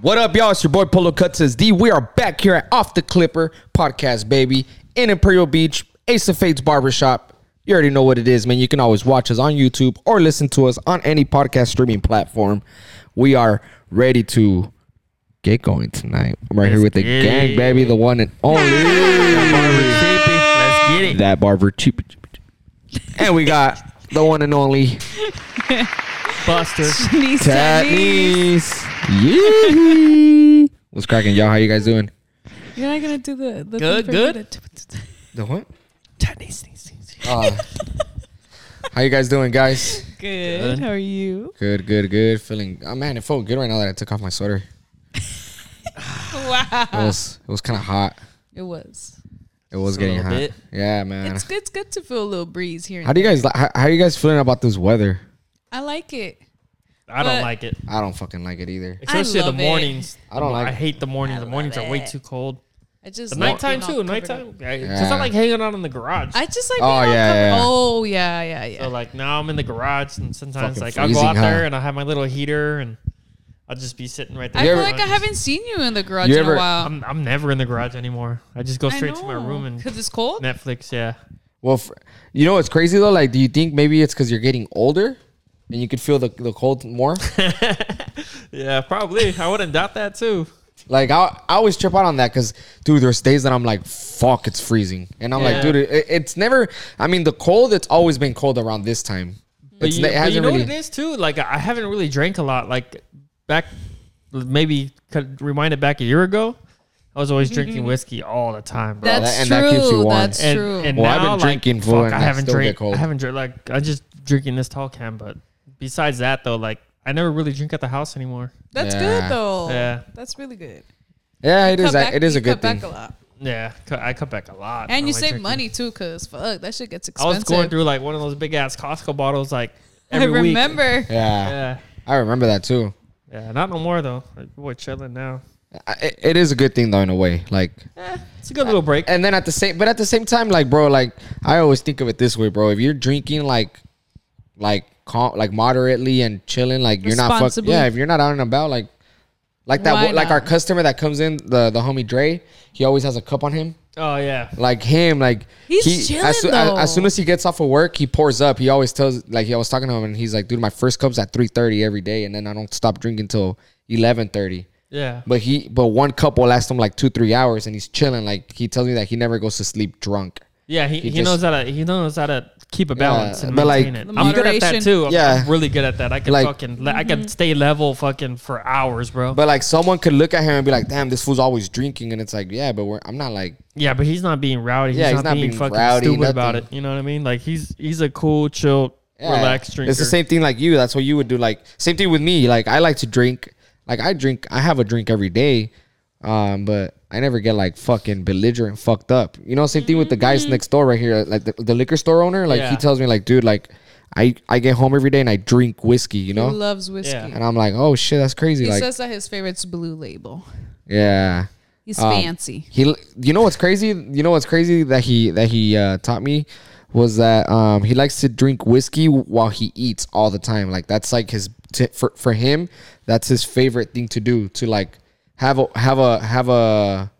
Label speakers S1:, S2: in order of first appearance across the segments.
S1: What up, y'all? It's your boy Polo Cuts says D. We are back here at Off the Clipper podcast, baby, in Imperial Beach, Ace of Fates Barbershop. You already know what it is, man. You can always watch us on YouTube or listen to us on any podcast streaming platform. We are ready to get going tonight. I'm right here with the gang, baby, the one and only
S2: Let's get it.
S1: that barber cheap. And we got the one and only
S2: Buster.
S3: Denise, Denise.
S1: Tatnice. Yeah. What's cracking, y'all? How you guys doing?
S3: You're not gonna do the, the
S2: Good,
S3: thing for
S2: good.
S3: me to-
S1: The what?
S2: Denise, Denise, Denise.
S1: Uh, how you guys doing, guys?
S3: good. How are you?
S1: Good, good, good. Feeling. Oh man, it felt good right now that I took off my sweater. It
S3: Wow.
S1: was it was kind of hot.
S3: It was.
S1: It was
S2: Just a
S1: getting
S2: little
S1: hot.
S2: bit.
S1: Yeah, man.
S3: It's good. It's good to feel a little breeze here.
S1: How do you guys? li- How, how you guys feeling about this weather?
S3: I like it.
S2: I don't
S3: But-
S2: like it.
S1: I don't fucking like it either.
S2: Especially the
S3: love it.
S2: mornings.
S1: I don't like
S2: I
S1: it.
S2: hate the mornings. The mornings are way
S3: it.
S2: too cold.
S3: I just
S2: The
S3: like
S2: nighttime
S3: being all
S2: too.
S3: covered
S2: Nighttime.
S3: up.
S2: Yeah. Since
S1: Yeah.
S2: I like hanging out in the garage.
S3: I just like.
S1: Oh,
S3: Being all
S1: yeah,
S3: covered-
S1: yeah, yeah.
S3: Oh yeah, yeah, yeah.
S2: so like now I'm in the garage and sometimes
S1: Fucking
S2: like I'll go
S1: freezing,
S2: out
S1: huh?
S2: there and I'll have my little heater and I'll just be sitting right there.
S3: I
S1: You
S3: feel
S1: ever-
S3: like I haven't seen you in the garage
S1: You
S3: in
S1: ever-
S3: a while.
S2: I'm I'm never in the garage anymore. I just go straight to my room and
S3: because it's cold.
S2: Netflix. Yeah.
S1: Well, f you know what's crazy though? Like, do you think maybe it's because you're getting older and you could feel the, the cold more?
S2: Yeah, probably. I wouldn't doubt that too.
S1: like, I, I always trip out on that because, dude, there's days that I'm like, fuck, it's freezing. And I'm like,
S2: Yeah.
S1: dude, it, it's never, I mean, the cold, it's always been cold around this time.
S2: But
S1: It's,
S2: you,
S1: ne- it
S2: but you
S1: hasn't
S2: know
S1: really.
S2: what it is too. Like I I haven't really drank a lot. Like back, maybe could remind it back a year ago. I was always drinking whiskey all the time, bro.
S3: Mm-hmm. That's
S1: that- and
S3: true.
S1: that keeps you warm.
S3: That's
S2: and,
S3: true.
S2: and
S1: Well,
S2: now,
S1: I've been
S2: like,
S1: drinking full
S2: fuck,
S1: and
S2: I
S1: I
S2: haven't
S1: still get
S2: drank.
S1: cold.
S2: I haven't drank. Like I just drinking this tall can. But besides that, though, like I never really drink at the house anymore.
S3: That's
S1: Yeah.
S3: good though.
S2: Yeah.
S3: That's really good.
S1: yeah, it is.
S3: Cut back-
S1: a, it is a
S3: you cut
S1: good thing.
S3: Back a lot.
S2: Yeah, cu- I cut back a lot. I
S3: And you
S2: like
S3: save
S2: drinking.
S3: money too, cause fuck that shit gets
S2: I
S3: expensive.
S2: was going through like one of those big ass Costco bottles like
S3: I
S2: every week.
S3: remember.
S1: Yeah,
S2: Yeah,
S1: I remember that too.
S2: yeah, not no more though. Like, boy, chilling now.
S1: I, it- it is a good thing though, in a way. Like,
S2: It's
S3: Uh,
S2: a good little break.
S1: and then at the same, but at the same time, like, bro, like, I always think of it this way, bro. If you're drinking like, like, calm, like moderately and chilling, like, you're not fucking.
S3: Responsibly.
S1: Yeah, if you're not out and about, like, like that,
S3: Why
S1: wo- like
S3: not?
S1: our customer that comes in, the the homie Dre, he always has a cup on him.
S2: Oh yeah.
S1: Like him, like
S3: He's
S1: he,
S3: chilling,
S1: as, soo- as-
S3: though.
S1: as soon as he gets off of work, he pours up. He always tells, like, he was talking to him, and he's like, "Dude, my first cup's at three thirty every day, and then I don't stop drinking till eleven thirty.
S2: Yeah.
S1: But he, but one cup will last him like two, three hours, and he's chilling. Like he tells me that he never goes to sleep drunk.
S2: Yeah,
S1: He
S2: he, he,
S1: just-
S2: knows how to he knows how to keep a balance and
S1: but, like,
S2: maintain it.
S3: The
S2: I'm good at that
S3: moderation. Mm-hmm.
S2: too. I'm,
S1: Yeah.
S2: I'm really good at that. I can
S1: Like-
S2: fucking le- I can stay level fucking for hours, bro.
S1: But like someone could look at him and be like, "Damn, this fool's always drinking," and it's like, "Yeah, but we're, I'm not like,
S2: yeah, but he's not being rowdy. He's
S1: Yeah,
S2: not, being, fucking
S1: rowdy,
S2: stupid about it.
S1: nothing.
S2: You know what I mean? Like he's he's a cool, chill,
S1: yeah.
S2: relaxed drinker.
S1: It's the same thing like you. That's what you would do. Like same thing with me. Like I like to drink. Like I drink. I have a drink every day, um, but I never get like fucking belligerent, fucked up. You know, same thing with the guys next door right here, like the, the liquor store owner. Like he
S2: Yeah.
S1: tells me, like, dude, like I I get home every day and I drink whiskey. You
S3: He
S1: know.
S3: loves whiskey.
S2: Yeah.
S1: and I'm like, oh shit, that's crazy.
S3: He
S1: like,
S3: says that his favorite's Blue Label.
S1: yeah.
S3: He's
S1: Um,
S3: fancy.
S1: He, you know what's crazy? You know what's crazy that he that he uh, taught me was that um, he likes to drink whiskey while he eats all the time. Like that's like his t- for for him. That's his favorite thing to do. To like have a have a have a.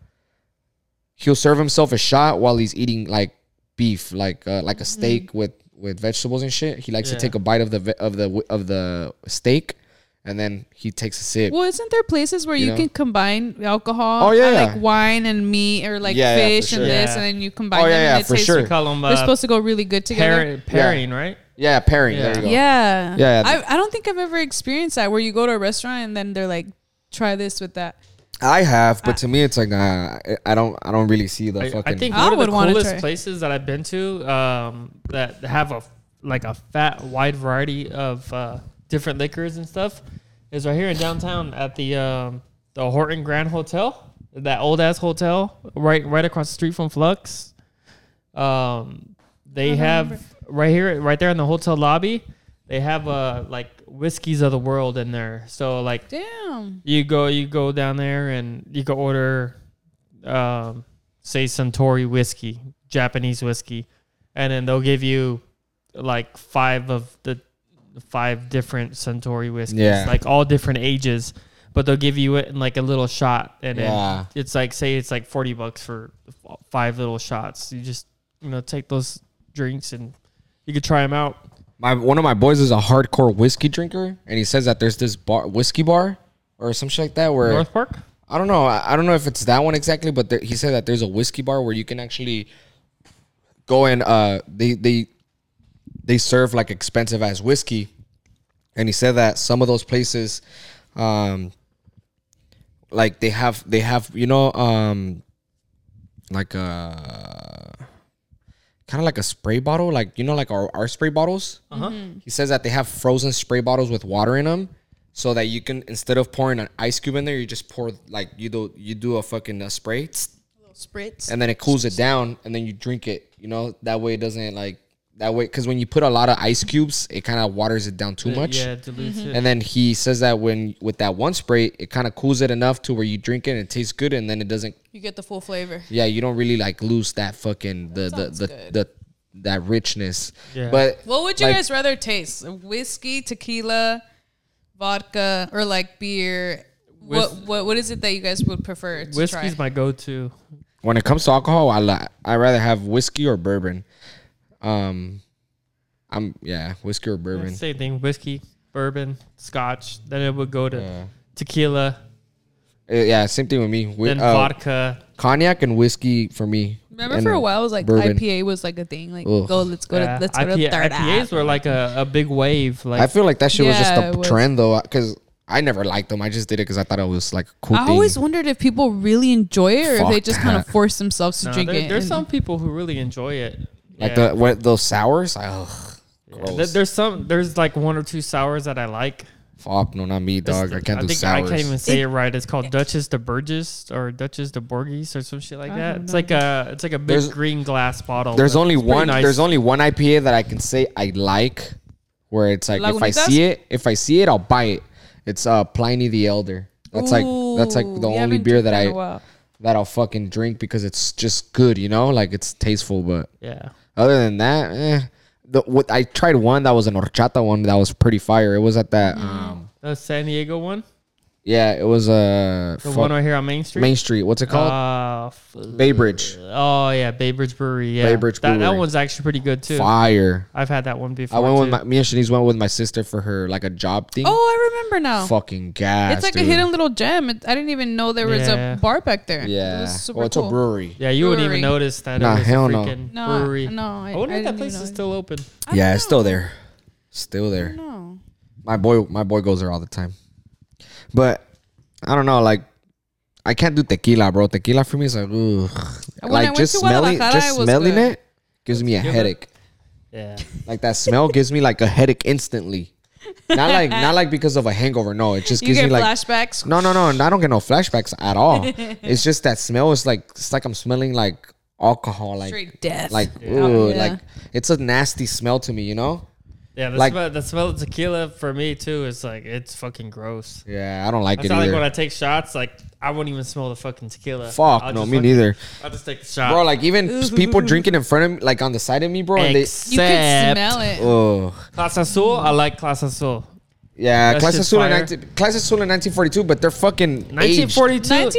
S1: He'll serve himself a shot while he's eating like beef, like uh, like a steak with with vegetables and shit. He likes
S2: Mm-hmm. Yeah.
S1: to take a bite of the ve- of the wi- of the steak, and then he takes a sip.
S3: Well, isn't there places where
S1: you
S3: you,
S1: know?
S3: can combine alcohol?
S1: Oh, yeah,
S3: uh,
S1: yeah.
S3: like wine and meat, or like
S1: Yeah, yeah, for
S3: fish
S1: sure.
S3: and this,
S2: Yeah.
S3: and then you combine
S1: Oh,
S3: them.
S1: yeah, yeah,
S3: and it
S1: for
S3: tastes,
S1: sure.
S2: They call him
S3: They're
S2: uh,
S3: supposed to go really good together.
S2: pairing, pairing, right?
S1: Yeah, pairing. There
S2: Yeah.
S1: you go.
S3: Yeah,
S1: Yeah, yeah.
S3: I, I don't think I've ever experienced that where you go to a restaurant and then they're like, "Try this with that."
S1: I have, but to me, it's like nah, I- I don't, I don't really see the
S2: I,
S1: fucking.
S2: I think
S3: I
S2: one of
S3: would
S2: the
S3: wanna
S2: coolest
S3: try.
S2: places that I've been to um, that have a like a fat wide variety of uh, different liquors and stuff is right here in downtown at the um, the Horton Grand Hotel, that old ass hotel right right across the street from Flux. Um, they have right here, right there in the hotel lobby. They have uh, like whiskeys of the world in there. So like
S3: Damn.
S2: you go you go down there and you can order um say Suntory whiskey, Japanese whiskey, and then they'll give you like five of the five different Suntory whiskeys,
S1: Yeah.
S2: like all different ages. but they'll give you it in like a little shot, and then
S1: Yeah.
S2: it's like say it's like forty bucks for f- five little shots. You just you know take those drinks and you could try them out.
S1: my one of my boys is a hardcore whiskey drinker, and he says that there's this bar whiskey bar or some shit like that where
S2: North Park.
S1: I don't know I, I don't know if it's that one exactly, but there, he said that there's a whiskey bar where you can actually go and uh they they they serve like expensive ass whiskey, and he said that some of those places, um, like they have they have you know um like uh, a kind of like a spray bottle like you know like our, our spray bottles
S2: Uh-huh.
S1: he says that they have frozen spray bottles with water in them so that you can instead of pouring an ice cube in there you just pour like you do you do a fucking uh, spray tss,
S3: Spritz.
S1: and then it cools it down and then you drink it you know that way it doesn't like that way because when you put a lot of ice cubes it kind of waters it down too much
S2: Uh, Yeah, it dilutes it.
S1: and then he says that when with that one spray it kind of cools it enough to where you drink it and it tastes good and then it doesn't
S3: you get the full flavor.
S1: yeah, you don't really like lose that fucking the
S3: sounds
S1: the, the
S3: good.
S1: the that richness.
S2: Yeah.
S1: But
S3: What would you
S1: Like-
S3: guys rather taste? Whiskey, tequila, vodka, or like beer? what
S2: Whis-
S3: what what is it that you guys would prefer to try?
S2: Whiskey's my go-to.
S1: when it comes to alcohol, I li- I rather have whiskey or bourbon. Um, I'm yeah, whiskey or
S2: Yeah,
S1: bourbon.
S2: Same thing, whiskey, bourbon, scotch. Then it would go to tequila,
S1: Uh, yeah, same thing with me. With,
S2: then
S1: uh,
S2: vodka.
S1: cognac and whiskey for me.
S3: Remember
S1: And
S3: for a while, it was like
S1: bourbon.
S3: IPA was like a thing. Like,
S1: Ugh.
S3: go, let's go
S2: Yeah,
S3: to let's go to
S2: IPA
S3: third
S2: IPAs
S3: Ave.
S2: were like a, a big wave. Like
S1: I feel like that shit was just
S3: Yeah,
S1: a
S3: it was.
S1: trend though, because I never liked them. I just did it because I thought it was like a cool.
S3: I
S1: thing.
S3: always wondered if people really enjoy it or if they
S1: Fuck
S3: just kind of
S1: that.
S3: force themselves to
S2: No,
S3: drink
S2: there-
S3: it.
S2: There's
S3: and-
S2: some people who really enjoy it.
S1: like
S2: Yeah.
S1: the what those sours. Ugh,
S2: Th-
S1: gross.
S2: There's some. There's like one or two sours that I like.
S1: Fuck no, not me,
S2: This-
S1: dog. I can't do
S2: think
S1: sours.
S2: I can't even say it, right. It's called Duchess de Burgess or Duchess de Borgis or some shit like
S3: I
S2: that.
S3: don't
S2: It's
S3: know.
S2: like a it's like a big
S1: There's-
S2: green glass bottle.
S1: There's
S2: but
S1: only
S2: it's pretty
S1: one.
S2: nice.
S1: There's only one IPA that I can say I like, where it's like if I
S3: Lagunitas?
S1: see it, if I see it, I'll buy it. It's uh Pliny the Elder. That's like that's like
S3: Ooh,
S1: the
S3: we
S1: only
S3: haven't
S1: beer
S3: drank
S1: that
S3: in a
S1: I
S3: while.
S1: that I'll fucking drink because it's just good, you know, like it's tasteful. But
S2: yeah.
S1: other than that, eh. The, what, I tried one that was an horchata one that was pretty fire. It was at that um
S2: The San Diego one,
S1: yeah, it was uh
S2: the
S1: fuck,
S2: one right here on Main Street.
S1: Main Street. What's it called?
S2: Uh, f-
S1: Bay Bridge.
S2: oh yeah, Bay Bridge Brewery. Yeah,
S1: Bay Bridge
S2: that, that
S1: Brewery.
S2: one's actually pretty good too.
S1: Fire.
S2: I've had that one before.
S1: I went with
S2: too.
S1: my me and Shanice went with my sister for her like a job thing.
S3: Oh, I remember now.
S1: fucking gas.
S3: It's like a
S1: dude.
S3: hidden little gem. It, I didn't even know there was
S2: Yeah.
S3: a bar back there.
S1: Yeah.
S3: it was super
S1: well, it's
S3: cool.
S1: a brewery.
S2: Yeah, you wouldn't even
S3: brewery.
S2: notice that.
S1: Nah,
S2: it was
S1: hell
S2: a
S1: no.
S2: freaking
S3: No, I-
S2: brewery.
S3: no, I-
S2: I wonder
S3: I
S2: if that
S3: didn't even
S2: place is
S3: know.
S2: still open.
S3: I don't
S1: yeah, it's
S3: know.
S1: still there. Still
S3: I
S1: there.
S3: don't know.
S1: My boy my boy goes there all the time. But I don't know, like I can't do tequila, bro. Tequila for me is like, ugh.
S3: I
S1: like
S3: went
S1: just
S3: to
S1: smelling,
S3: Guadalajara,
S1: just
S3: it was
S1: smelling
S3: good.
S1: it gives me a
S2: Give it-
S1: headache.
S2: Yeah,
S1: Like that smell gives me like a headache instantly. Not like not like because of a hangover. No, it just
S3: You
S1: gives
S3: get
S1: me like
S3: flashbacks.
S1: No, no, no. and I don't get no flashbacks at all. it's just that smell is like it's like I'm smelling like alcohol, like
S3: Straight death.
S1: like ooh,
S3: Yeah.
S1: like it's a nasty smell to me, you know?
S2: yeah. The,
S1: Like-
S2: smell, the smell of tequila for me too is like it's fucking gross.
S1: Yeah, I don't like
S2: It's
S1: it
S2: not like when
S1: either.
S2: I take shots, like I won't even smell the fucking tequila. I'll
S1: Fuck, no,
S2: just
S1: me
S2: fucking-
S1: neither.
S2: I'll just take the shot.
S1: Bro, like even people drinking in front of me, like on the side of me, bro, and they
S3: you could smell it.
S1: oh
S2: Class Azul, I like Class Azul.
S1: yeah,
S2: That
S1: Class
S2: shit's
S1: Azul in
S2: fire.
S1: 19, Class Azul in 1942, but they're fucking 1940.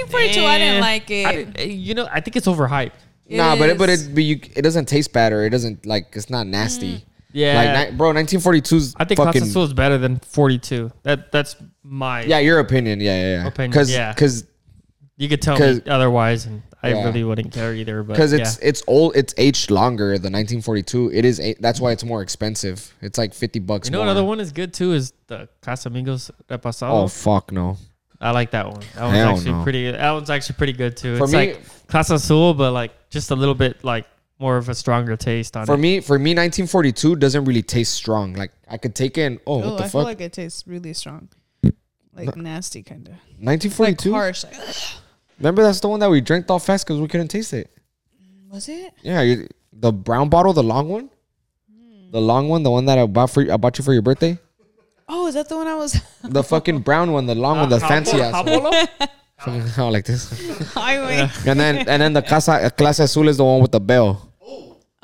S2: 1942.
S3: 1942, I didn't
S2: Eh,
S3: like it.
S2: I didn't- eh, you know, I think it's overhyped.
S3: It
S1: Nah, but it, but
S3: is. Mm.
S1: it but you, it doesn't taste bad or it doesn't like it's not nasty.
S2: Yeah.
S1: like ni- bro, 1942's
S2: I think
S1: fucking
S2: Class Azul is better than 42. That that's my.
S1: yeah, your opinion, yeah, yeah, yeah.
S2: Opinion,
S1: Cause,
S2: yeah.
S1: cause
S2: You could tell
S1: 'Cause-
S2: me otherwise, and I
S1: Yeah.
S2: really wouldn't care either. But
S1: because
S2: yeah.
S1: it's it's old it's aged longer the 1942 it is a- that's why it's more expensive it's like 50 bucks
S2: you know
S1: more.
S2: another one is good too is the Casamigos Repasado.
S1: oh fuck no
S2: I like that one. That one's
S1: Hell
S2: actually
S1: no.
S2: pretty. That one's actually pretty good too.
S1: For
S2: it's
S1: me-
S2: like Class Azul, but like just a little bit like more of a stronger taste on
S1: for
S2: it.
S1: me for me 1942 doesn't really taste strong like i could take in oh what the
S3: Oh, I feel
S1: fuck
S3: like it tastes really strong, like nasty kind of
S1: 1942
S3: harsh. Like,
S1: remember that's the one that we drank all fast because we couldn't taste it
S3: was it?
S1: yeah you, the brown bottle the long one
S3: Hmm.
S1: the long one the one that i bought for you i bought you for your birthday
S3: Oh, is that the one I was?
S1: the fucking brown one the long one the
S2: Hop-
S1: fancy ass one.
S2: Hopolo?
S1: Fucking- oh, like this
S3: I went.
S1: and then and then the casa clase azul is the one with the bell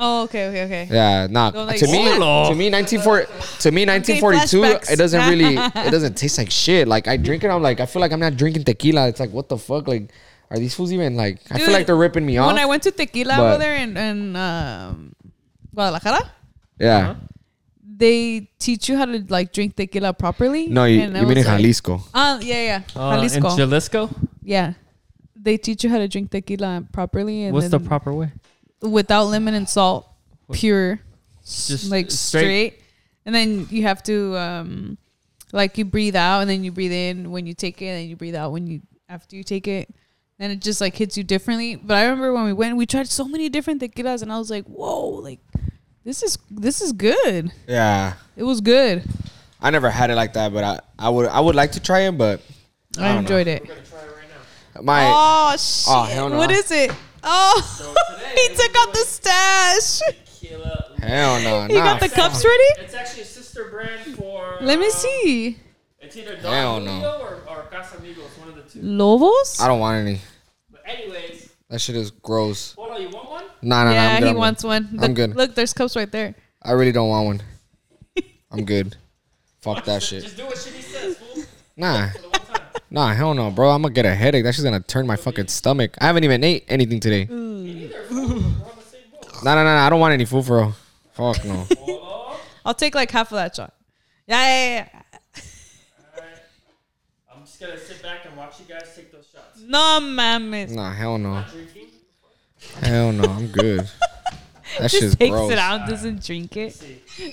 S3: Oh, okay, okay, okay.
S1: Yeah, nah.
S3: Don't like
S1: to me,
S2: Solo.
S1: to me, nineteen forty, to me, nineteen forty-two.
S3: flashbacks.
S1: It doesn't really, it doesn't taste like shit. Like I drink it, I'm like, I feel like I'm not drinking tequila. It's like, what the fuck? Like, are these fools even like? I feel
S3: Dude,
S1: like they're ripping me off.
S3: When I went to Tequila
S1: But-
S3: over there in, in um, Guadalajara,
S1: yeah.
S2: Uh-huh.
S3: they teach you how to like drink tequila properly.
S1: No, you,
S3: And I
S1: you mean in
S3: was like-
S1: Jalisco?
S3: Ah, yeah, yeah,
S2: Uh,
S3: Jalisco.
S2: In Jalisco,
S3: yeah, they teach you how to drink tequila properly and
S2: what's the
S3: then
S2: proper way?
S3: without lemon and salt, pure, s-
S2: Just
S3: like straight. And then you have to um, like you breathe out and then you breathe in when you take it, and then you breathe out when you after you take it. And it just like hits you differently. But I remember when we went, we tried so many different tequilas, and I was like, "Whoa, like this is this is good."
S1: Yeah,
S3: It was good.
S1: I never had it like that, but I, I would, I would like to try it, but I
S3: I,
S1: don't
S3: enjoyed it.
S1: my.
S3: Oh shit!
S1: Oh, hell no.
S3: What is it? Oh,
S2: today-
S3: he took out the stash.
S1: Hell no!
S3: He
S1: nah,
S3: got the cups ready.
S2: It's actually a sister brand for.
S3: Let me see.
S2: It's either Don
S1: Hell no. Julio
S2: or, or Casamigos, one of the two.
S3: Lobos.
S1: I don't want any.
S2: But anyways,
S1: That shit is gross.
S2: hold on, you want one?
S1: Nah, nah, nah. I'm
S3: yeah,
S1: good,
S3: he
S1: I'm good.
S3: wants one.
S1: I'm
S3: Look,
S1: good.
S3: Look, there's cups right there.
S1: I really don't want one. I'm good. Fuck that shit.
S2: do what she says, fool.
S1: Nah. Nah, hell no, bro. I'm gonna get a headache. That shit's gonna turn my fucking stomach. I haven't even ate anything today. Nah, nah, nah, nah. I don't want any food, bro. Fuck no.
S3: I'll take like half of that shot. Yeah, yeah, yeah.
S2: I'm just gonna sit back and watch you guys take those shots.
S3: No, mames.
S1: Nah, hell no.
S2: Drinking.
S1: Hell no. I'm good. That shit's
S3: Just takes
S1: gross.
S3: it out, doesn't drink it.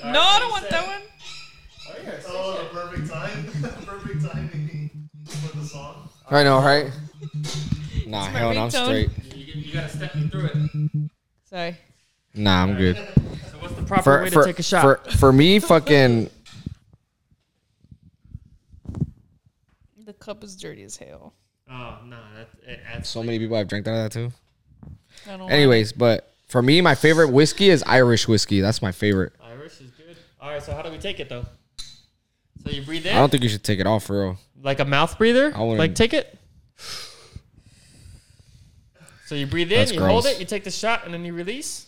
S3: No, I don't want that one.
S4: Oh, the perfect time. perfect timing for the song.
S1: I know, right? Nah, hell no. I'm
S3: ringtone.
S1: straight.
S2: You, you gotta step me through it.
S3: Sorry.
S1: Nah, I'm good.
S2: So what's the proper
S1: for
S2: way to
S1: for,
S2: take a shot?
S1: for for me, fucking.
S3: The cup is dirty as hell.
S2: oh no, that it adds.
S1: So many people have drank out of that too.
S2: Oh
S3: I don't
S1: Anyways, but for me, my favorite whiskey is Irish whiskey. That's my favorite.
S2: Irish is good. All right, so how do we take it though? So you breathe
S1: I
S2: in
S1: don't think you should take it off for real.
S2: like a mouth breather.
S1: I wouldn't-
S2: Like take it. So you breathe in,
S1: That's
S2: you
S1: gross.
S2: hold it, you take the shot, and then you release.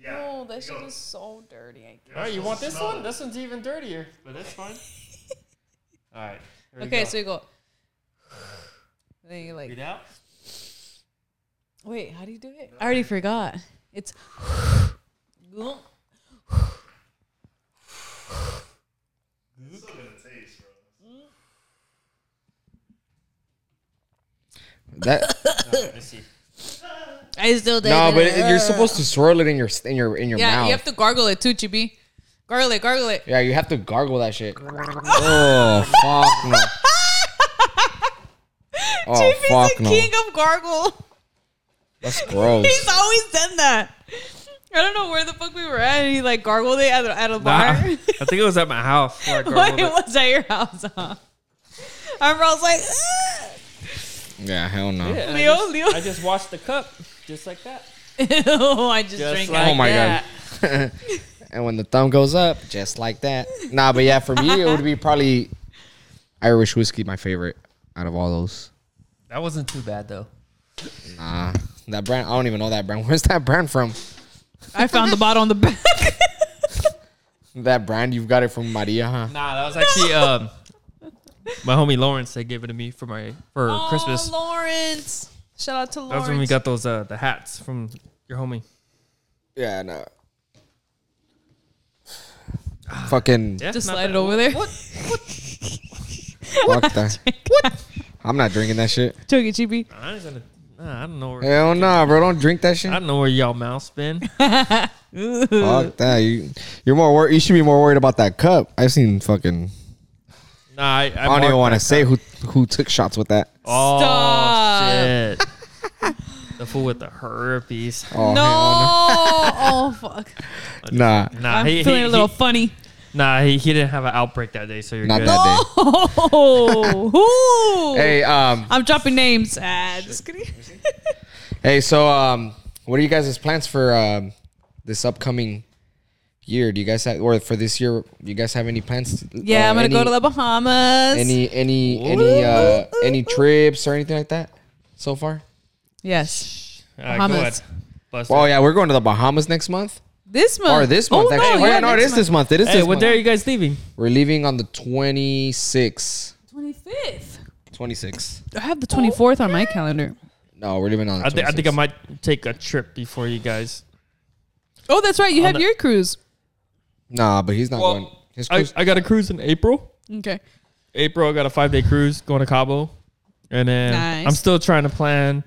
S4: Yeah.
S3: Oh, that shit is so dirty. I
S2: All right, you want this
S4: Smell
S2: one?
S4: it.
S2: This one's even dirtier, but that's fine. All right. here we
S3: Okay,
S2: go.
S3: so you go. Then you
S2: breathe
S3: like,
S2: out.
S3: wait, how do you do it? I already forgot. It's.
S4: It's still gonna taste, bro.
S1: That
S2: Let me see.
S3: I still did
S1: no, but it- you're supposed to swirl it in your in your in your
S3: uh, Yeah,
S1: mouth.
S3: you have to gargle it too, Chibi. Gargle it, gargle it.
S1: yeah, you have to gargle that shit. oh fuck no. Oh
S3: Chibi's
S1: fuck
S3: the
S1: no.
S3: king of gargle.
S1: That's gross.
S3: He's always done that. I don't know where the fuck we were at, and he like gargled it at a, at a bar.
S2: I think it was at my house. Where I
S3: Why
S2: gargled
S3: it
S2: it.
S3: was at your house, huh? I remember I was like, "Ah." "Ugh."
S1: Yeah, hell no.
S2: Yeah, and
S3: Leo,
S2: I just,
S3: Leo.
S2: I just washed the cup, just like that.
S3: Ew, I just,
S2: Just
S3: drank
S2: like
S1: Oh my
S2: that.
S1: god. and when the thumb goes up, just like that. Nah, but yeah, for me it would be probably Irish whiskey, my favorite out of all those.
S2: That wasn't too bad though.
S1: Nah, that brand. I don't even know that brand. Where's that brand from?
S3: it. I found the bottle on the back.
S1: That brand you got it from Maria, huh?
S2: Nah, that was actually um, my homie Lawrence. They gave it to me for my for Christmas.
S3: Oh, Lawrence. Shout out to Lawrence.
S2: That was when we got those uh the hats from your homie.
S1: Yeah, no. Fucking
S2: Yeah,
S3: Just
S2: not
S3: slide
S2: bad.
S3: it over there.
S2: What?
S1: fuck that. I'm not drinking that shit.
S3: Took it, Chibi.
S2: I ain't gonna. Nah, I don't know where.
S1: Hell nah, bro. Don't drink that
S2: I
S1: shit.
S2: don't know where y'all mouths been. Oh,
S1: Fuck that. You, you're more worried. You should be more worried about that cup. I've seen fucking.
S2: Nah, I,
S1: I
S2: I,
S1: don't even want to say who who took shots with that.
S2: Oh
S3: Stop.
S2: shit! the fool with the herpes.
S1: Oh,
S3: no.
S1: hell
S3: Oh, fuck.
S1: no. Nah,
S2: Nah,
S3: I'm
S2: he,
S3: feeling
S2: he,
S3: a little
S2: he-
S3: funny.
S2: nah, he, he didn't have an outbreak that day, so you're
S1: not
S2: good.
S1: that
S3: Oh,
S1: day. Hey, um,
S3: I'm dropping names. Ah, just kidding.
S1: hey. So, um, what are you guys' plans for um this upcoming year? Do you guys have or for this year? Do you guys have any plans?
S3: Yeah,
S1: uh,
S3: I'm gonna go
S1: any-
S3: to the Bahamas.
S1: Any any any uh any trips or anything like that so far?
S3: yes.
S2: All right, Uh, go
S3: Bahamas.
S2: ahead. Buster.
S1: Well, yeah, we're going to the Bahamas next month.
S3: This month.
S1: Or this
S3: Oh,
S1: month,
S3: no,
S1: actually. Oh,
S3: yeah,
S1: yeah, no, it
S3: next
S1: is this month. It is
S2: Hey,
S1: this
S2: what
S1: month.
S2: day are you guys leaving?
S1: We're leaving on the 26th.
S3: 25th.
S1: 26th.
S3: I have the 24th on my calendar.
S1: No, we're leaving on the
S2: I,
S1: 26th.
S2: thi- I think I might take a trip before you guys.
S3: Oh, that's right. You
S2: On
S3: had
S2: the-
S3: your cruise.
S1: Nah, but he's not
S2: Well,
S1: going. His
S2: I,
S1: cruise-
S2: I got a cruise in April.
S3: Okay.
S2: April, I got a five day cruise going to Cabo, and then
S3: Nice.
S2: I'm still trying to plan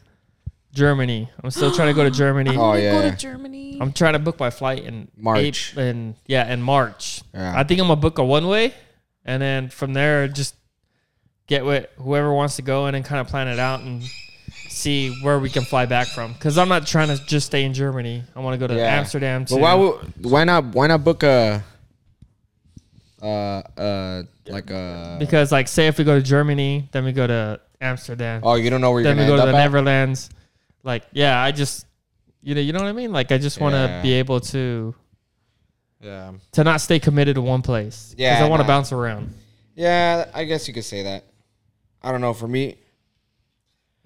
S2: Germany. I'm still trying to go to Germany.
S1: Oh,
S3: We'll
S1: yeah.
S3: Go
S1: yeah.
S3: to Germany.
S2: I'm trying to book my flight in
S1: March.
S2: April, and yeah, in March.
S1: Yeah.
S2: I think I'm gonna book a one way, and then from there just get with whoever wants to go, and then kind of plan it out and see where we can fly back from. Because I'm not trying to just stay in Germany. I want to go to
S1: Yeah.
S2: Amsterdam.
S1: But
S2: to-
S1: why would why not why not book a uh uh like a
S2: because like say if we go to Germany, then we go to Amsterdam,
S1: oh you don't know where you're
S2: then we
S1: gonna
S2: go
S1: end
S2: to the
S1: up at?
S2: Netherlands. Like yeah, I just you know you know what I mean. Like I just want to
S1: Yeah.
S2: be able to
S1: yeah
S2: to not stay committed to one place. 'Cause
S1: Yeah,
S2: I want to
S1: nah.
S2: bounce around.
S1: yeah I guess you could say that I don't know for me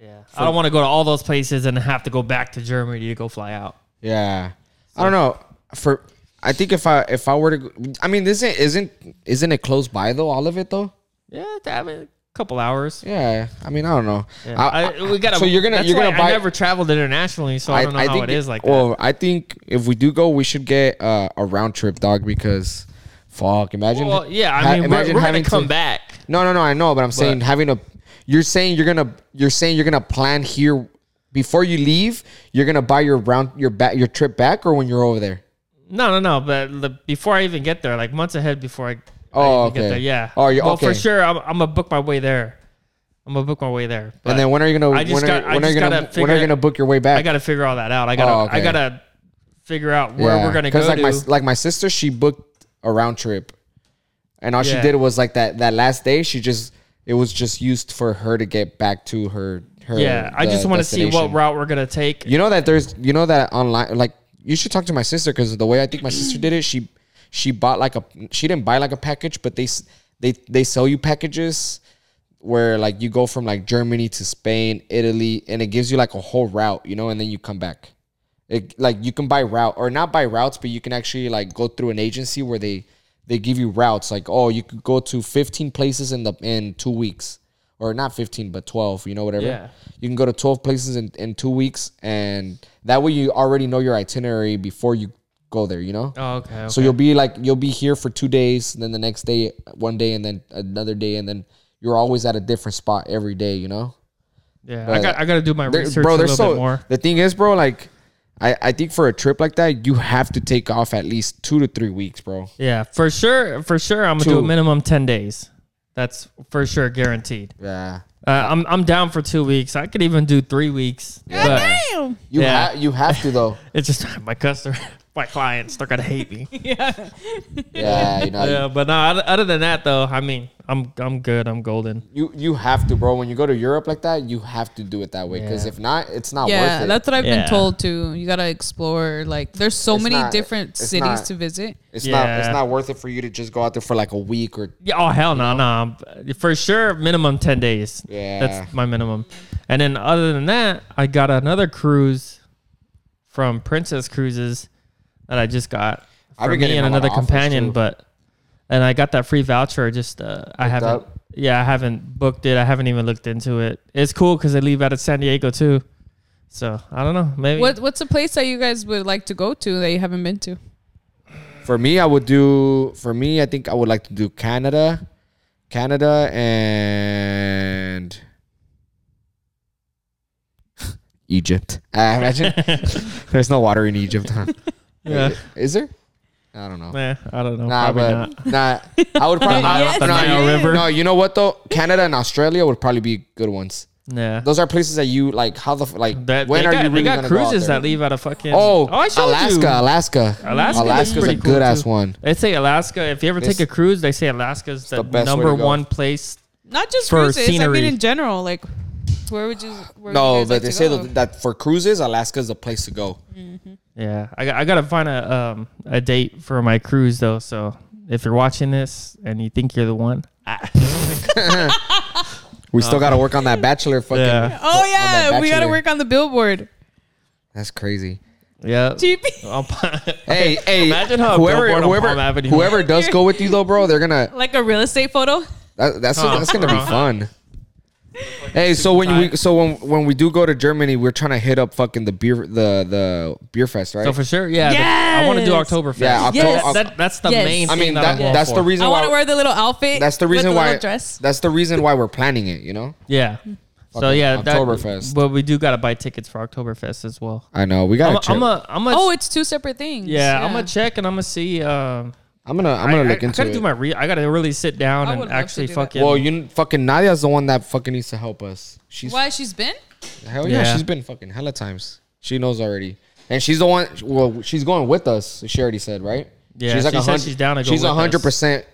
S2: Yeah, I don't want to go to all those places and have to go back to Germany to go fly out.
S1: Yeah, I don't know. For I think if I if I were to, go- I mean, this isn't isn't isn't it close by though? All of it though.
S2: Yeah, that- I mean, a couple hours.
S1: Yeah, I mean, I don't know.
S2: Yeah. I, we gotta,
S1: so you're gonna
S2: that's
S1: you're gonna
S2: why
S1: buy.
S2: I never traveled internationally, so I, don't know how it is like
S1: Well, I think if we do go, we should get uh, a round trip, dog, because fuck,
S2: that.
S1: imagine.
S2: Well, yeah, I
S1: ha-
S2: mean, we're, we're gonna come back.
S1: No, no, no. I know, but I'm saying having a. You're saying you're gonna. You're saying you're gonna plan here before you leave. You're gonna buy your round your back your trip back, or when you're over there.
S2: No, no, no. But the, before I even get there, like months ahead before I, I
S1: Oh,
S2: even
S1: okay.
S2: get there, yeah.
S1: Oh, you're-
S2: well, for
S1: okay.
S2: sure, I'm, I'm gonna book my way there. I'm gonna book my way there. But
S1: and then when are you gonna?
S2: I
S1: when
S2: just
S1: are,
S2: got- I
S1: when are you
S2: just
S1: gonna?
S2: gotta
S1: When are you
S2: figure-
S1: gonna book your way back?
S2: I gotta figure all that out. I gotta,
S1: Oh, okay.
S2: I gotta figure out where
S1: Yeah,
S2: we're gonna go
S1: like
S2: to.
S1: my like my sister, she booked a round trip, and all she
S2: Yeah.
S1: did was like that that last day. She just it was just used for her to get back to her her.
S2: yeah, I
S1: the
S2: just want to see what
S1: destination.
S2: route we're gonna take.
S1: You know that there's you know that online like you should talk to my sister because the way I think my sister did it, she she bought like a she didn't buy like a package, but they s- they they sell you packages where like you go from like Germany to Spain, Italy, and it gives you like a whole route, you know, and then you come back. It, like you can buy route or not buy routes, but you can actually like go through an agency where they they give you routes. Like oh, you could go to 15 places in the in two weeks, or not 15 but 12, you know whatever.
S2: Yeah.
S1: You can go to 12 places in, in two weeks, and that way you already know your itinerary before you go there, you know?
S2: Oh, okay. okay.
S1: So you'll be like, you'll be here for two days, and then the next day, one day, and then another day, and then you're always at a different spot every day, you know?
S2: yeah, I
S1: but-
S2: got, I gotta do my
S1: They're-
S2: research a
S1: they're
S2: little bit more.
S1: The thing is, bro, like, I, I think for a trip like that, you have to take off at least two to three weeks, bro.
S2: Yeah, for sure, for sure, I'm gonna do a
S1: Two.
S2: minimum ten days. That's for sure guaranteed.
S1: Yeah.
S2: Uh, I'm I'm down for two weeks. I could even do three weeks. But
S3: Damn.
S1: You,
S2: Yeah.
S1: ha- you have to, though.
S2: it's just my customer, my clients, they're gonna hate me.
S3: Yeah.
S1: yeah, you know.
S2: yeah, but no. Other, other than that, though, I mean, I'm I'm good. I'm golden.
S1: You, you have to, bro. When you go to Europe like that, you have to do it that way. Because
S2: Yeah.
S1: if not, it's not worth
S3: Yeah,
S1: it.
S3: that's what I've
S2: Yeah.
S3: been told too. You gotta explore. Like, there's so
S1: It's
S3: many
S1: not-
S3: different
S1: it's
S3: cities
S1: not-
S3: to visit.
S1: It's not it's
S2: Yeah.
S1: not worth it for you to just go out there for like a week or
S2: Yeah. Oh hell no, no. For sure, minimum ten days.
S1: Yeah.
S2: That's my minimum. And then other than that, I got another cruise from Princess Cruises that I just got
S1: I've
S2: for
S1: been
S2: me
S1: getting
S2: and
S1: a lot of
S2: another
S1: offers,
S2: companion.
S1: too.
S2: But and I got that free voucher. Just uh, I haven't.
S1: up?
S2: Yeah, I haven't booked it. I haven't even looked into it. It's cool because they leave out of San Diego too. So I don't know. Maybe
S3: What What's a place that you guys would like to go to that you haven't been to?
S1: For me I would do for me I think I would like to do Canada. Canada and Egypt. I imagine there's no water in Egypt, huh?
S2: Yeah.
S1: Is there? I don't know.
S2: Nah, I don't know.
S1: Nah,
S2: Probably
S1: but nah. I would probably
S2: Yes,
S1: no,
S2: it
S1: you-
S2: is.
S1: No, you know what though? Canada and Australia would probably be good ones.
S2: not. Nah.
S1: Those are places that you like. How the f- like?
S2: That,
S1: when
S2: they
S1: are
S2: got,
S1: you really
S2: they got
S1: gonna go out
S2: cruises
S1: there?
S2: that leave out of fucking.
S1: Oh,
S2: I showed you.
S1: Alaska, Alaska.
S2: Alaska looks
S1: Alaska's a
S2: pretty cool,
S1: good ass
S2: too.
S1: one.
S2: They say Alaska. If you ever
S1: It's-
S2: take a cruise, they say Alaska's the,
S1: the best way
S2: number
S1: to go.
S2: one place.
S3: Not just
S2: For
S3: cruises. I
S2: scenery.
S3: mean, in general, like, where would you? Where would
S1: No,
S3: you guys
S1: but
S3: like
S1: they
S3: to
S1: say
S3: go?
S1: that, that for cruises, Alaska's the place to go.
S2: Yeah, I, got- I gotta find a um a date for my cruise though. So if you're watching this and you think you're the one,
S1: We still got to work on that bachelor fucking.
S2: Uh-huh. Yeah.
S3: Oh
S1: on that
S3: yeah, we gotta
S1: bachelor.
S3: work on the billboard.
S1: That's crazy.
S2: Yeah.
S3: GP.
S2: On Palm-
S1: Hey, hey!
S2: Imagine how a
S1: whoever
S2: billboard on
S1: whoever
S2: Palm Avenue-
S1: whoever does go with you though, bro, they're gonna
S3: Like a real estate photo.
S1: that, that's
S2: Huh. Uh-huh.
S1: that's gonna be fun. Hey, so when you, we so when when we do go to Germany, we're trying to hit up fucking the beer the the beer fest, right?
S2: So for sure, yeah. the- I want to do
S3: Yes.
S2: Oktoberfest.
S1: Yeah, Octo-
S3: Yes.
S1: Oc-
S2: That, that's the
S3: Yes.
S2: main.
S1: I
S2: thing
S1: mean
S2: that,
S1: that,
S2: I'm all
S1: that's the
S2: for.
S1: reason
S3: I
S1: why
S3: want to wear the little outfit.
S1: that's the
S3: with
S1: reason
S3: little
S1: why
S3: dress.
S1: that's the reason why we're planning it. You know,
S2: Yeah. So
S1: Fucking
S2: yeah, that-
S1: Oktoberfest.
S2: But we do gotta buy tickets for Oktoberfest as well.
S1: I know we gotta.
S2: I'm
S1: I'm,
S2: a, I'm a, I'm a,
S3: Oh, it's two separate things.
S2: yeah, I'm gonna check and I'm gonna see. Um,
S1: gonna I'm gonna
S2: I,
S1: look
S2: I,
S1: into
S2: I gotta
S1: it.
S2: do my re- I gotta really sit down
S3: I would
S2: and
S3: love to
S2: actually
S3: do that.
S2: fucking.
S1: well, you fucking Nadia's the one that fucking needs to help us. She's
S3: Why she's been?
S1: Hell yeah,
S2: Yeah.
S1: she's been fucking hella times. She knows already, and she's the one. Well, she's going with us. She already said right.
S2: Yeah, she said
S1: 100
S2: she's down to go
S1: She's
S2: with us.
S1: hundred percent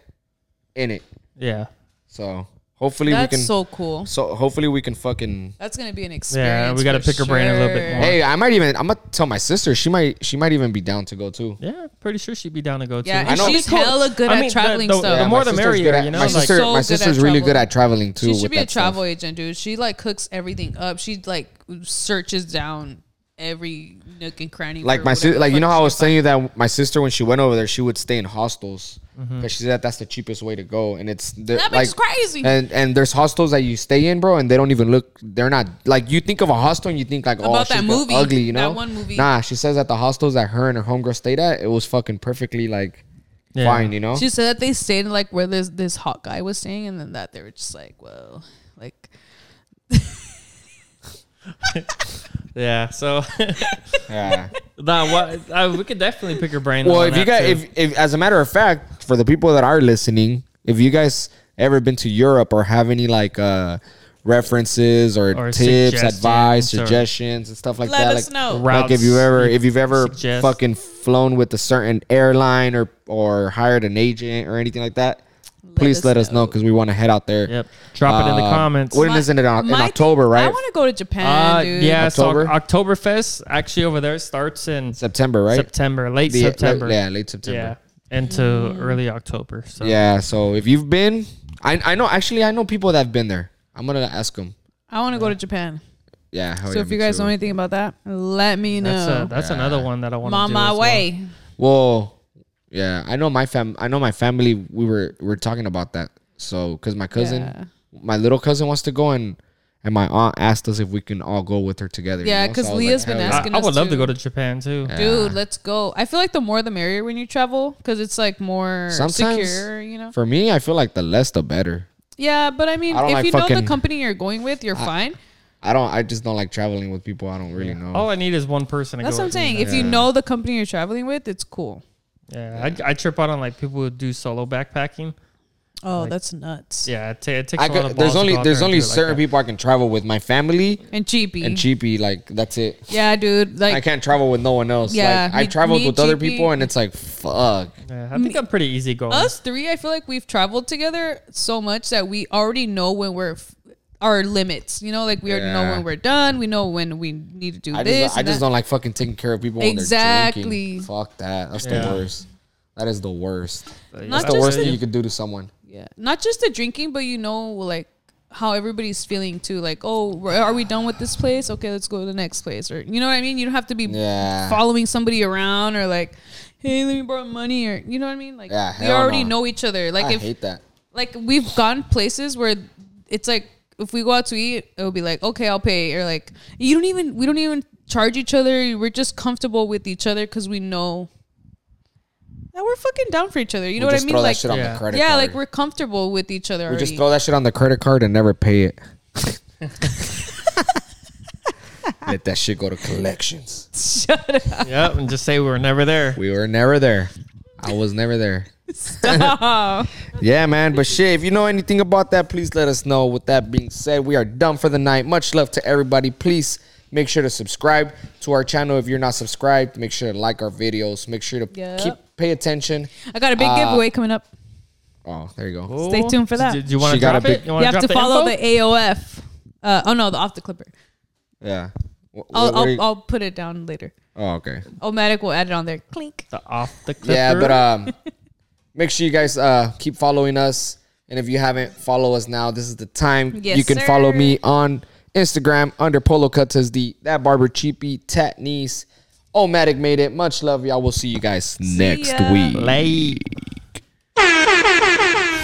S1: in it.
S2: yeah,
S1: So hopefully
S3: That's
S1: we can. So-,
S3: so cool.
S1: hopefully we can fucking.
S3: That's gonna be an experience.
S2: Yeah, we gotta
S3: for
S2: pick her brain a little bit
S3: sure.
S2: more.
S1: Hey, I might even. I'm gonna tell my sister. She might. She might even be down to go too.
S2: yeah. Pretty sure she'd be down to go too.
S3: Yeah,
S1: I
S3: and
S1: know.
S3: she's hella good
S2: I
S3: at
S2: mean, the-
S3: traveling
S2: the-
S3: stuff.
S2: the more
S1: my sister's
S2: merrier,
S1: good at-
S2: you know,
S1: My
S2: like-
S1: sister.
S3: So
S1: my
S3: good at
S1: sister's really
S3: travel.
S1: good at traveling too.
S3: She
S1: with
S3: should be
S1: that
S3: a
S1: stuff.
S3: travel agent, dude. She like hooks everything up. She like searches down every nook and cranny.
S1: like
S3: for
S1: my
S3: whatever
S1: sister, like you
S3: fuck
S1: know how I
S3: she
S1: was
S3: finds.
S1: telling you that my sister when she went over there she would stay in hostels because she said that's the cheapest way to go and it's the,
S3: Mm-hmm. That bitch
S1: like
S3: is crazy.
S1: and and there's hostels that you stay in bro and they don't even look they're not like you think of a hostel and you think like oh
S3: About
S1: she's
S3: that
S1: got
S3: movie,
S1: ugly you
S3: that
S1: know
S3: one movie.
S1: nah she says that the hostels that her and her homegirl stayed at it was fucking perfectly like
S2: Yeah.
S1: fine you know
S3: She said that they stayed like where this this hot guy was staying, and then that they were just like, well, like
S2: yeah. So
S1: yeah.
S2: nah, what, uh, we could definitely pick her brain.
S1: well
S2: on
S1: if you
S2: that,
S1: guys
S2: too.
S1: if, if as a matter of fact for the people that are listening if you guys ever been to europe or have any like uh references or,
S2: Or
S1: tips advice
S2: suggestions or-
S1: suggestions and stuff like
S3: Let
S1: that
S3: us
S1: like,
S3: know.
S1: like if you
S2: Routes
S1: ever
S2: you
S1: if you've ever
S2: suggest.
S1: fucking flown with a certain airline or or hired an agent or anything like that please
S3: us
S1: let us know
S3: know.
S1: because we want to head out there
S2: Yep. Drop it in the
S1: Uh,
S2: comments.
S1: when
S3: My-
S1: is it in, in
S3: my-
S1: october right
S3: I want to go to Japan,
S2: Uh,
S3: dude.
S2: yeah,
S1: October?
S2: so Oktoberfest actually over there starts in
S1: september right
S2: September, late
S1: The- uh,
S2: September.
S1: yeah late september
S2: Yeah, into
S3: Mm.
S2: early October. So
S1: Yeah, so if you've been, I I know actually I know people that have been there. I'm gonna ask them.
S3: I want to go to Japan.
S1: Yeah. hell
S3: So
S1: Oh, yeah,
S3: if
S1: me
S3: you guys
S1: too.
S3: know anything about that, let me
S2: that's a,
S3: know.
S2: that's another one that I want
S3: I'm
S2: to
S3: on
S2: do
S3: my
S2: as
S3: way.
S1: well, yeah, I know my fam. I know my family. We were we were talking about that. So because my cousin,
S3: Yeah.
S1: my little cousin wants to go and. And my aunt asked us if we can all go with her together.
S3: Yeah, 'cause Leah's been
S2: well.
S1: asking.
S3: asking-
S2: I, I would
S3: us
S2: love to
S3: to-
S2: go to Japan too. Yeah.
S3: Dude, let's go. I feel like the more the merrier when you travel because it's like more
S1: Sometimes-
S3: secure, you know?
S1: For me, I feel like the less the better.
S3: Yeah, but I mean,
S1: I don't
S3: if
S1: like
S3: you know
S1: fucking-
S3: the company you're going with, you're fine.
S1: I don't. I just don't like traveling with people I don't really know.
S2: All I need is one person. To go
S3: That's what I'm
S2: with
S3: saying.
S2: Me.
S3: If you know the company you're traveling with, it's cool.
S2: Yeah, I, I trip out on like people who do solo backpacking.
S3: Oh, that's nuts.
S2: Yeah, it, ta- it takes
S1: I
S2: a lot
S1: could,
S2: of
S1: there's
S2: balls to
S1: only
S2: go out
S1: there's
S2: there and
S1: only
S2: do it like
S1: certain
S2: that.
S1: people I can travel with. My family
S3: And cheapy.
S1: and cheapy. Like that's it.
S3: yeah, dude.
S1: I
S3: Like,
S1: can't travel with no one else.
S3: Yeah,
S1: like I
S3: me-
S1: traveled
S3: me,
S1: with other
S3: GP.
S1: people, and it's like fuck.
S2: Yeah, I think I'm pretty easy going.
S3: us three, I feel like we've traveled together so much that we already know when we're f- our limits. You know, like we already know
S1: Yeah.
S3: when we're done. We know when we need to do
S1: I
S3: this.
S1: just I
S3: and
S1: just
S3: that.
S1: don't like fucking taking care of people. When they're
S3: Exactly.
S1: drinking. Fuck that. That's
S2: Yeah.
S1: the worst. That is the worst.
S3: Not
S1: That's the
S3: just
S1: worst
S3: the-
S1: thing you could do to someone.
S3: Yeah, not just the drinking, but you know, like how everybody's feeling too. Like, oh, we're- are we done with this place? Okay, let's go to the next place. Or you know what I mean? You don't have to be
S1: Yeah.
S3: following somebody around or like, hey, let me borrow money or you know what I mean? Like,
S1: Yeah,
S3: we
S1: hell
S3: already
S1: no.
S3: know each other. Like,
S1: I
S3: if
S1: hate that.
S3: like we've gone places where it's like if we go out to eat, it'll be like, okay, I'll pay, or like you don't even we don't even charge each other. We're just comfortable with each other because we know that we're fucking down for each other. You know
S1: we
S3: what I
S1: just
S3: mean?
S1: throw
S3: Like,
S1: that shit on
S2: Yeah.
S1: the credit
S3: yeah,
S1: card.
S3: like we're comfortable with each other
S1: we
S3: already.
S1: just throw that shit on the credit card and never pay it. Let that shit go to collections.
S3: Shut up!
S2: Yep, and just say we were never there.
S1: We were never there. I was never there.
S3: Stop.
S1: Yeah, man. But shit, if you know anything about that, please let us know. With that being said, we are done for the night. Much love to everybody. Please make sure to subscribe to our channel if you're not subscribed. Make sure to like our videos. Make sure to
S3: Yep.
S1: keep pay attention.
S3: I got a
S1: Uh,
S3: big giveaway coming up.
S1: Oh, there you go.
S3: Stay tuned for that.
S2: Do, do you want
S1: She
S2: to
S1: got
S2: drop
S1: a big-
S2: it? wanna
S3: You have
S2: drop
S3: to follow
S2: info?
S3: the AOF. Uh, oh no, the off the clipper.
S1: Yeah. Wh- wh-
S3: I'll
S1: what
S3: I'll,
S1: do you-
S3: I'll put it down later.
S1: oh, okay.
S3: Omatic will add it on there. Clink.
S2: the off the clipper.
S1: Yeah, but um, make sure you guys uh keep following us. And if you haven't, follow us now. This is the time.
S3: Yes,
S1: you can follow
S3: sir.
S1: me on Instagram under Polo Cuts as the that barber cheapy tat niece. Oh, Matic made it. Much love, y'all. We'll see you guys next
S3: ya.
S1: week.
S2: Lay.